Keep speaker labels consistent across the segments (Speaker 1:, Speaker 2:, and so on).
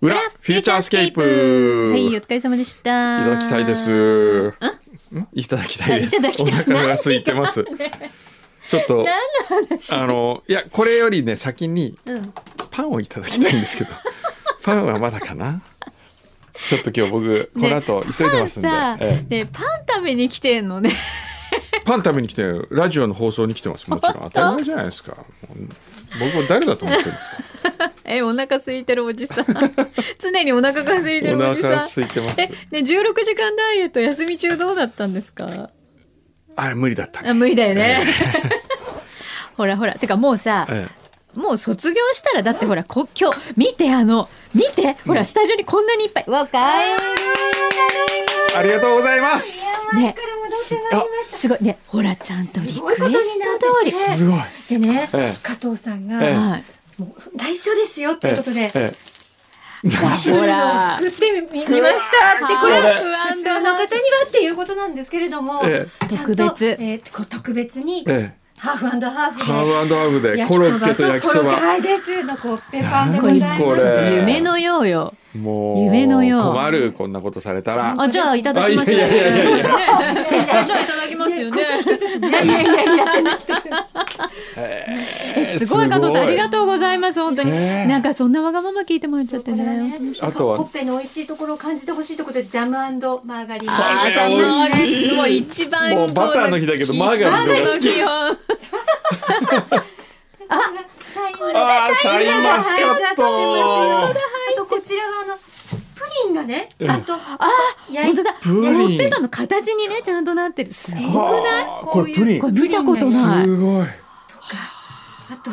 Speaker 1: フューチャースケープ
Speaker 2: はい、お疲れ様でした。
Speaker 1: いただきたいです。んいただきたいです。
Speaker 2: あいただきたい
Speaker 1: お腹が空いてます。ちょっと、あの、いや、これよりね、先に
Speaker 2: うん。
Speaker 1: パンをいただきたいんですけど、パンはまだかなちょっと今日僕、この後急いでますんで、
Speaker 2: パンさ、
Speaker 1: え
Speaker 2: ね、パン食べに来てんのね。
Speaker 1: えパン食べに来てる、ラジオの放送に来てます。もちろん当たり前じゃないですか。もう僕を誰だと思ってるんですか
Speaker 2: え、お腹空いてるおじさん。 常にお腹が 空いてるお
Speaker 1: お
Speaker 2: じさん。
Speaker 1: 腹空いてます
Speaker 2: え、ね、16時間ダイエット休み中どうだったんですか
Speaker 1: あれ無理だったね。
Speaker 2: あ、無理だよね。 ほらほら。てかもうさ、
Speaker 1: ええ
Speaker 2: もう卒業したらだってほらこ今日見てあの見てほらスタジオにこんなにいっぱいわかえ
Speaker 1: ありがとうございます。
Speaker 2: るね
Speaker 1: すあ、
Speaker 2: すごいねほらちゃんとリクエスト通
Speaker 1: すごい。
Speaker 3: でね、
Speaker 1: ええ
Speaker 3: 加藤さん
Speaker 1: え
Speaker 2: り
Speaker 1: え
Speaker 3: が、
Speaker 2: はい
Speaker 3: もう内緒ですよということで、
Speaker 1: え
Speaker 2: ほら
Speaker 3: 作ってみ見ましたって、これ、
Speaker 1: はい
Speaker 3: 普通の方にはっていうことなんですけれども、
Speaker 1: え
Speaker 3: ちゃんと
Speaker 2: 特別
Speaker 3: えーこ特別に
Speaker 1: え、、ええ、
Speaker 3: ハーフハ
Speaker 1: ハ
Speaker 3: ー
Speaker 1: ーフハー
Speaker 3: フ
Speaker 1: フで
Speaker 3: で、
Speaker 1: コロッケと焼きそば。
Speaker 3: はいです、のコッペパンで
Speaker 2: こ
Speaker 3: ござ
Speaker 2: れ
Speaker 3: います。
Speaker 1: これ
Speaker 2: 夢のようよ
Speaker 1: もう
Speaker 2: 夢のよう
Speaker 1: 困るこんなことされたら
Speaker 2: あじゃあいただきます
Speaker 1: あいやいやいやいや
Speaker 2: ねあじゃあいただきますよね
Speaker 3: いやいやいやいや、
Speaker 2: えすごい加藤さんありがとうございます本当に
Speaker 1: ねえ
Speaker 2: なんかそんなわがまま聞いてもらっちゃって
Speaker 3: これは
Speaker 2: ね
Speaker 3: ね
Speaker 1: あとは
Speaker 3: コッペの美味しいところを感じてほしいところでジャムマーガリン。
Speaker 1: それ
Speaker 2: あー
Speaker 1: 美味しい
Speaker 2: そんなもう一番
Speaker 1: もうバターの日だけどマーガリンの方が好き
Speaker 2: 好き
Speaker 3: あ、シャインマスカット
Speaker 1: あーシャインマスカット
Speaker 3: あとこちらはあのプリンがね、ちゃんとあ、
Speaker 2: 本当だ
Speaker 1: プリン
Speaker 2: コッペパンの形にねちゃんとなってるすごい
Speaker 1: はあこれプリン
Speaker 2: これ見たこと
Speaker 3: プリン
Speaker 2: ない
Speaker 1: すごい
Speaker 3: あと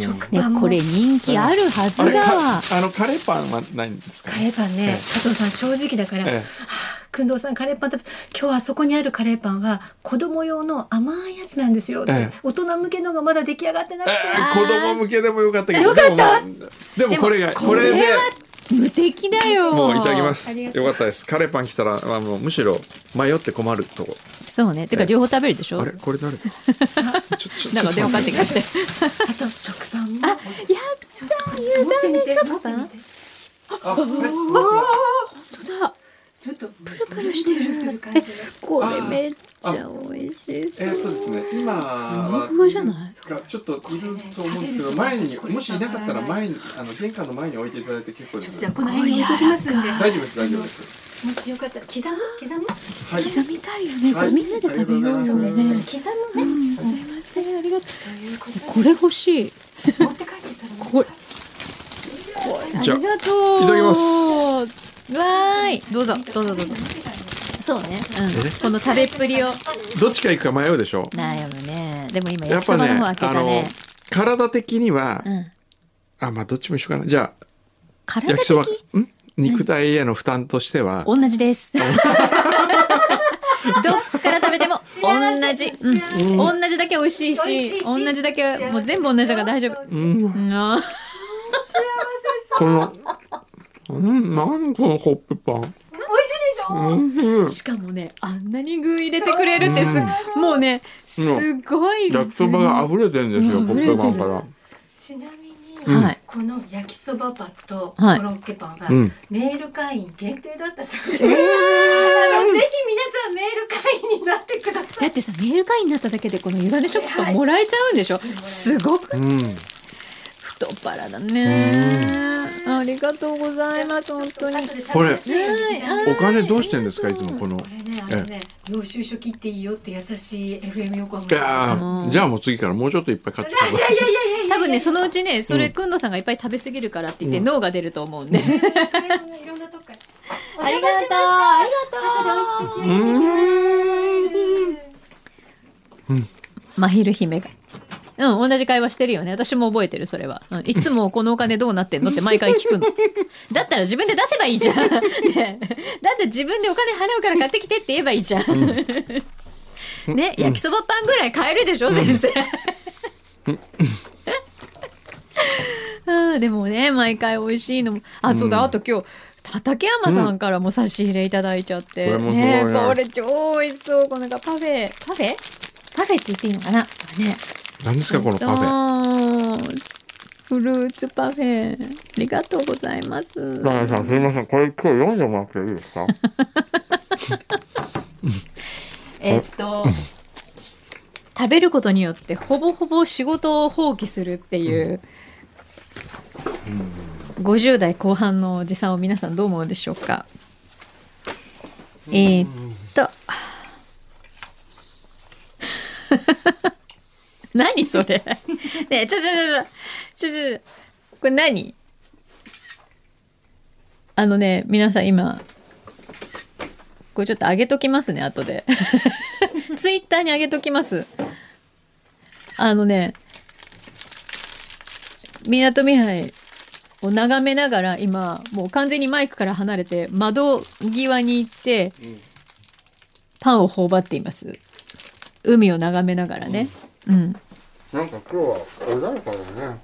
Speaker 3: 食
Speaker 2: ね
Speaker 3: パンも。
Speaker 2: これ人気あるはず
Speaker 1: あれ
Speaker 2: だ
Speaker 1: か
Speaker 2: わ
Speaker 1: あのカレーパンはないんですか
Speaker 3: カレーパンね、
Speaker 1: ええ
Speaker 3: 加藤さん正直だから、
Speaker 1: ええ
Speaker 3: くんどうさんカレーパン食べ今日あそこにあるカレーパンは子供用の甘いやつなんですよって、
Speaker 1: ええ
Speaker 3: 大人向けのがまだ出来上がってなく
Speaker 1: え
Speaker 3: て、
Speaker 1: ー子供向けでもよかったけどでもまあでもこれがこれで
Speaker 2: 無敵だよ
Speaker 1: もういただきま
Speaker 3: あ
Speaker 1: す
Speaker 3: り
Speaker 1: よ
Speaker 3: がとう
Speaker 1: かったですカレーパン来たらあもうむしろ迷って困るとこ
Speaker 2: そうねてか両方食べるでしょ
Speaker 1: あれこれ誰 だちょちょ
Speaker 2: なんか
Speaker 1: ち
Speaker 2: 電
Speaker 1: ょ
Speaker 2: 話
Speaker 1: っと待
Speaker 2: かかって
Speaker 1: っ
Speaker 2: きまして
Speaker 3: あと食パンも。
Speaker 2: いや
Speaker 3: ちょっと持ってみて
Speaker 2: 食パン
Speaker 3: 持ってみて
Speaker 1: あこれ
Speaker 2: 本当だ
Speaker 3: ちょっとプルプルしてるする感じが
Speaker 2: これめっちゃ美味しい
Speaker 4: えー、そうですね。今は
Speaker 2: ふわじゃない
Speaker 4: がちょっといると思うんですけど、前にもしいなかったら前にあの玄関の前に置いていただいて結構で
Speaker 3: ちょっと
Speaker 4: す
Speaker 3: じゃあ。この辺に置いてきますんで、
Speaker 4: 大丈夫です大丈夫です。
Speaker 3: もしよかったら刻む刻む
Speaker 4: はい。
Speaker 2: 刻みたいよねこ
Speaker 4: は
Speaker 2: れ
Speaker 4: い
Speaker 2: みんなで食べようよ
Speaker 3: そうね、ちょっと
Speaker 2: ね
Speaker 3: 刻むね、
Speaker 2: うんすいませんありがとう
Speaker 3: ということで
Speaker 2: これ欲しい
Speaker 3: 持って帰ってそれも
Speaker 2: これあり
Speaker 1: じゃあ
Speaker 2: がとう
Speaker 1: いただきます
Speaker 2: わーいどうぞどうぞどうぞそうねうんこの食べっぷりを
Speaker 1: どっちか行くか迷うでしょ
Speaker 2: 悩むねでも今
Speaker 1: や
Speaker 2: 焼
Speaker 1: っ
Speaker 2: きそ
Speaker 1: ぱ
Speaker 2: ば
Speaker 1: ね
Speaker 2: の方開け
Speaker 1: あ
Speaker 2: た
Speaker 1: の
Speaker 2: ね
Speaker 1: 体的には
Speaker 2: うん
Speaker 1: あまあどっちも一緒かなじゃあ
Speaker 2: 体
Speaker 1: 焼きそば
Speaker 2: 的
Speaker 1: ん肉体への負担としては
Speaker 2: 同じです。 どっから食べても同じ、うん、同じだけ美味しい
Speaker 3: 美味しい
Speaker 2: し、
Speaker 3: し
Speaker 2: 同じだけもう全部同じだから大丈夫。
Speaker 1: うん
Speaker 2: うん
Speaker 1: このうんなんこのコッペパン
Speaker 3: 美味しいでしょ、
Speaker 1: うん
Speaker 2: しかもね、あんなに具入れてくれるってす、もうね、すごい。
Speaker 1: 焼きそばが溢れてるんですよ
Speaker 2: うん
Speaker 1: コッペパンから
Speaker 3: ちなみに、
Speaker 1: うん
Speaker 2: はい。
Speaker 3: この焼きそばパンとコロ
Speaker 2: はい
Speaker 3: ッケパンは、
Speaker 1: うん
Speaker 3: メール会員限定だったそうです、あのぜひ皆さんメール会員になってくださ
Speaker 2: だ
Speaker 3: い
Speaker 2: ってさ、メール会員になっただけでこのゆがね食パンもらえちゃうんでしょすごく
Speaker 1: うん
Speaker 2: 太っ腹だね。ありがとうございます、本当に。
Speaker 3: 後で食べやすいように
Speaker 2: これはい
Speaker 1: お金どうしてんですかいつもこの
Speaker 3: これね、あのね、領収書切っていいよって優しい FM 横浜
Speaker 1: いや
Speaker 2: あ
Speaker 1: ー
Speaker 2: の
Speaker 1: じゃあもう次からもうちょっといっぱい買ってください
Speaker 2: 多分ねそのうちねそれ
Speaker 1: うん
Speaker 2: くんのさんがいっぱい食べ過ぎるからって言って脳が出ると思うんで、
Speaker 3: いろんなとこから
Speaker 2: ありがとうありがとうまひる姫がうん同じ会話してるよね私も覚えてるそれは、うん、いつもこのお金どうなってんのって毎回 聞くのだったら自分で出せばいいじゃん、ねえ、だって自分でお金払うから買ってきてって言えばいいじゃん、 ね焼きそばパンぐらい買えるでしょ先生 うん、でもね毎回美味しいのもあそうだ、あと今日畠山さんからも差し入れいただいちゃって、
Speaker 1: これもすごい
Speaker 2: ね
Speaker 1: ね
Speaker 2: これ超美味しそうこのなんかパフェパフェパフェって言っていいのかなこれね
Speaker 1: 何ですかこのパフェ
Speaker 2: ェフルーツパフェありがとうございます
Speaker 1: ダメさんすみませんこれ今日読んでもらっていいですか
Speaker 2: えっと食べることによってほぼほぼ仕事を放棄するっていう、50代後半のおじさんを皆さんどう思うでしょうか、えーっと 何それねえちょちょちょちょちょちょこれ何あのね皆さん今これちょっと上げときますね後で ツイッターに上げときますあのねみなとみらいを眺めながら今もう完全にマイクから離れて窓際に行って
Speaker 4: ん
Speaker 2: パンを頬張っています海を眺めながらねうん
Speaker 1: なんか今日は穏やかだね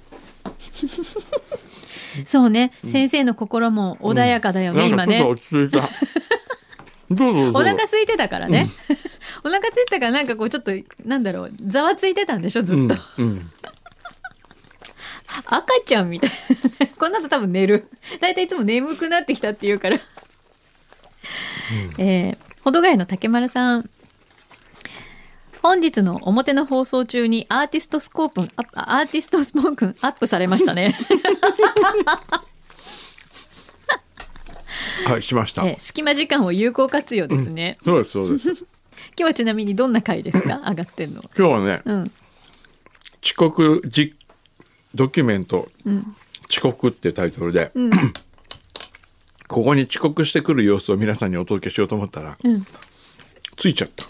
Speaker 2: そうね、先生の心も穏やかだよね、
Speaker 1: なん
Speaker 2: 今
Speaker 1: かちょっ
Speaker 2: ね
Speaker 1: と。落ち着いたどうぞどうぞ
Speaker 2: お腹空いてたからね。 お腹空いてたからなんかこうちょっとなんだろうざわついてたんでしょずっと、
Speaker 1: うんうん
Speaker 2: 赤ちゃんみたいな この後多分寝る大体いつも眠くなってきたって言うから、えー、ほどがやの竹丸さん本日の表の放送中にアーティストスコープンアップアーティストスポークンアップされましたね
Speaker 1: はいしました
Speaker 2: えー隙間時間を有効活用ですね、
Speaker 1: そうですそうです
Speaker 2: 今日はちなみにどんな回ですか上がってんの
Speaker 1: 今日はね
Speaker 2: うん
Speaker 1: 遅刻じドキュメント、遅刻ってタイトルで、 ここに遅刻してくる様子を皆さんにお届けしようと思ったら、ついちゃった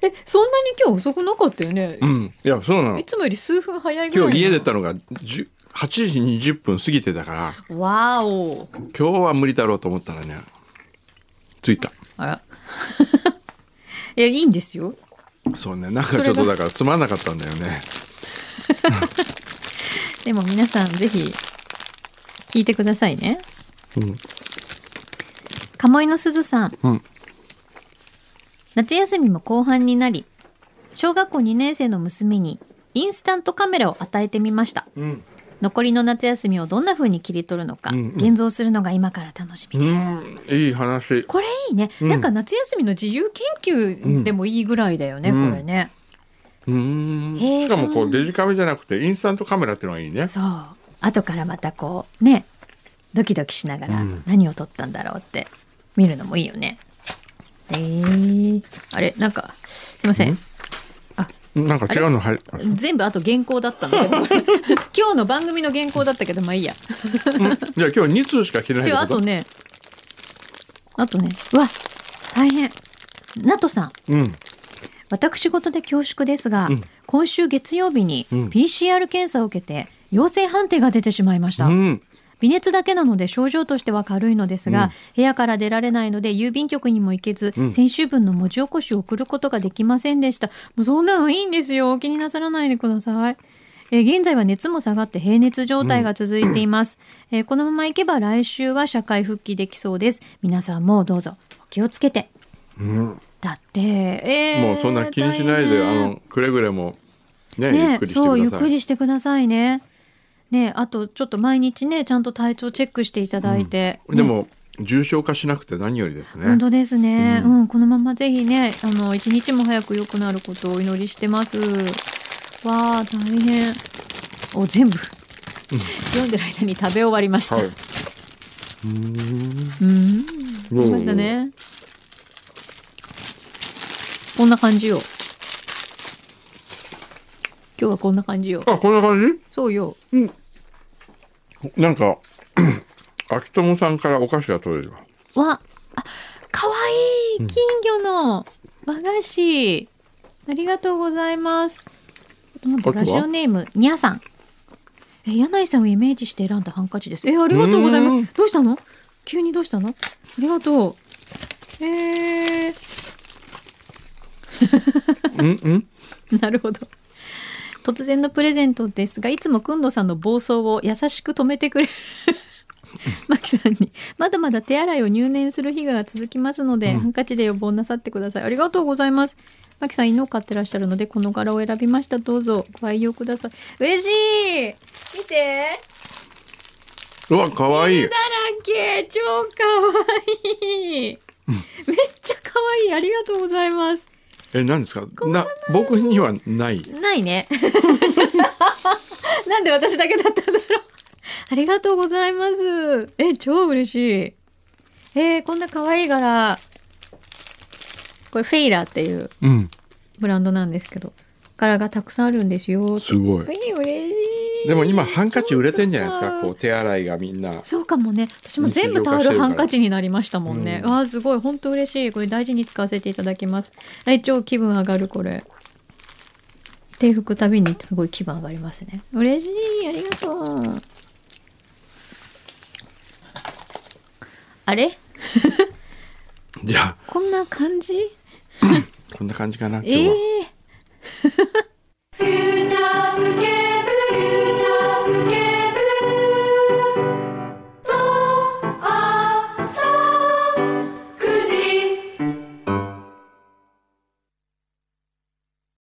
Speaker 2: えそんなに今日遅くなかったよね、
Speaker 1: うんいやそうなの
Speaker 2: いつもより数分早いぐらい
Speaker 1: 今日家
Speaker 2: で
Speaker 1: 出たのが10 8時20分過ぎてたから
Speaker 2: わーお
Speaker 1: 今日は無理だろうと思ったらねついた
Speaker 2: あら いやいいんですよ
Speaker 1: そうねなんかちょっ
Speaker 2: それ
Speaker 1: と
Speaker 2: が
Speaker 1: だからつまんなかったんだよね
Speaker 2: でも皆さんぜひ聞いてくださいね
Speaker 1: うん
Speaker 2: 鴨居のすずさん、
Speaker 1: うん
Speaker 2: 夏休みも後半になり小学校2年生の娘にインスタントカメラを与えてみました
Speaker 1: うん
Speaker 2: 残りの夏休みをどんな風に切り取るのか、
Speaker 1: うんうん
Speaker 2: 現像するのが今から楽しみ
Speaker 1: うんいい話
Speaker 2: これいいね、
Speaker 1: うん
Speaker 2: なんか夏休みの自由研究でもいいぐらいだよね、
Speaker 1: うん
Speaker 2: これね
Speaker 1: うん
Speaker 2: へえ
Speaker 1: しかもこ
Speaker 2: そう
Speaker 1: うデジカメじゃなくてインスタントカメラっていうのがいいね
Speaker 2: そう後からまたこうねドキドキしながら
Speaker 1: うん
Speaker 2: 何を撮ったんだろうって見るのもいいよね、えー、あれなんかすいません
Speaker 1: なんか違うの入る
Speaker 2: 全部あと原稿だったんだけどこれ 今日の番組の原稿だったけどまあいいや
Speaker 1: じゃあ今日2通しか切れないっ
Speaker 2: 違う
Speaker 1: て
Speaker 2: あ
Speaker 1: こと
Speaker 2: とねあとねうわ大変ナトさん
Speaker 1: うん
Speaker 2: 私事で恐縮ですが、
Speaker 1: うん
Speaker 2: 今週月曜日に
Speaker 1: うん
Speaker 2: PCR 検査を受けて陽性判定が出てしまいました、
Speaker 1: うん
Speaker 2: 微熱だけなので症状としては軽いのですが、
Speaker 1: うん
Speaker 2: 部屋から出られないので郵便局にも行けず、
Speaker 1: うん
Speaker 2: 先週分の文字起こしを送ることができませんでしたもうそんなのいいんですよお気になさらないでくださいえー現在は熱も下がって平熱状態が続いています、えーこのままいけば来週は社会復帰できそうです皆さんもどうぞお気をつけて
Speaker 1: うん
Speaker 2: だって、えー
Speaker 1: もうそんな気にしないで、
Speaker 2: 大
Speaker 1: あ
Speaker 2: 変
Speaker 1: のくれぐれもね ゆっ
Speaker 2: ね
Speaker 1: くりしてください。
Speaker 2: そうゆっくりしてくださいね。ねあとちょっと毎日ねちゃんと体調チェックしていただいて、
Speaker 1: で
Speaker 2: ね
Speaker 1: も、重症化しなくて何よりですね
Speaker 2: 本。当ですね、う
Speaker 1: うん
Speaker 2: このままぜひねあの一日も早く良くなることをお祈りしてます。わあ大変お全部、読んでる間に食べ終わりました。。
Speaker 1: はいう
Speaker 2: ん
Speaker 1: どう
Speaker 2: そうだね。こんな感じよ。今日はこんな感じよ。
Speaker 1: あこんな感
Speaker 2: そうよ。
Speaker 1: じ？なんか 秋友さんからお菓子が取れるわ。
Speaker 2: わあかわいい金魚の和菓子、ありがとうございますちょっと待って
Speaker 1: あ
Speaker 2: ラ
Speaker 1: と
Speaker 2: ジ
Speaker 1: は
Speaker 2: オネームにゃさんえ柳井さんをイメージして選んだハンカチですえありがとうございま
Speaker 1: うー
Speaker 2: す
Speaker 1: ん
Speaker 2: どうしたの急にどうしたのありがとう
Speaker 1: う
Speaker 2: え
Speaker 1: んうん。
Speaker 2: ー、 なるほど突然のプレゼントですがいつもくんどさんの暴走を優しく止めてくれる マキさんにまだまだ手洗いを入念する日が続きますので、ハンカチで予防なさってくださいありがとうございますマキさん犬を飼ってらっしゃるのでこの柄を選びましたどうぞご愛用ください嬉しい見て
Speaker 1: うわかわいい
Speaker 2: 犬だらけ超かわ いいめっちゃかわいいありがとうございます
Speaker 1: え何ですかな僕にはない
Speaker 2: ないねなんで私だけだったんだろうありがとうございますえ超嬉しいえーこんな可愛い柄これフェイラーっていう
Speaker 1: うん
Speaker 2: ブランドなんですけど柄がたくさんあるんですよ
Speaker 1: すごい
Speaker 2: えー嬉しい
Speaker 1: でも今ハンカチ売れてんじゃないです
Speaker 2: そう
Speaker 1: かこう手洗いがみんな
Speaker 2: そうかもね私も全部タオルハンカチになりましたもんね、
Speaker 1: うん
Speaker 2: ああすごい本当嬉しいこれ大事に使わせていただきますえ超気分上がるこれ手拭くたびにすごい気分上がりますね嬉しいありがとうあれ
Speaker 1: じゃあ
Speaker 2: こんな感じ
Speaker 1: こんな感じかな今
Speaker 2: え
Speaker 1: 日
Speaker 2: え
Speaker 1: は、
Speaker 2: ー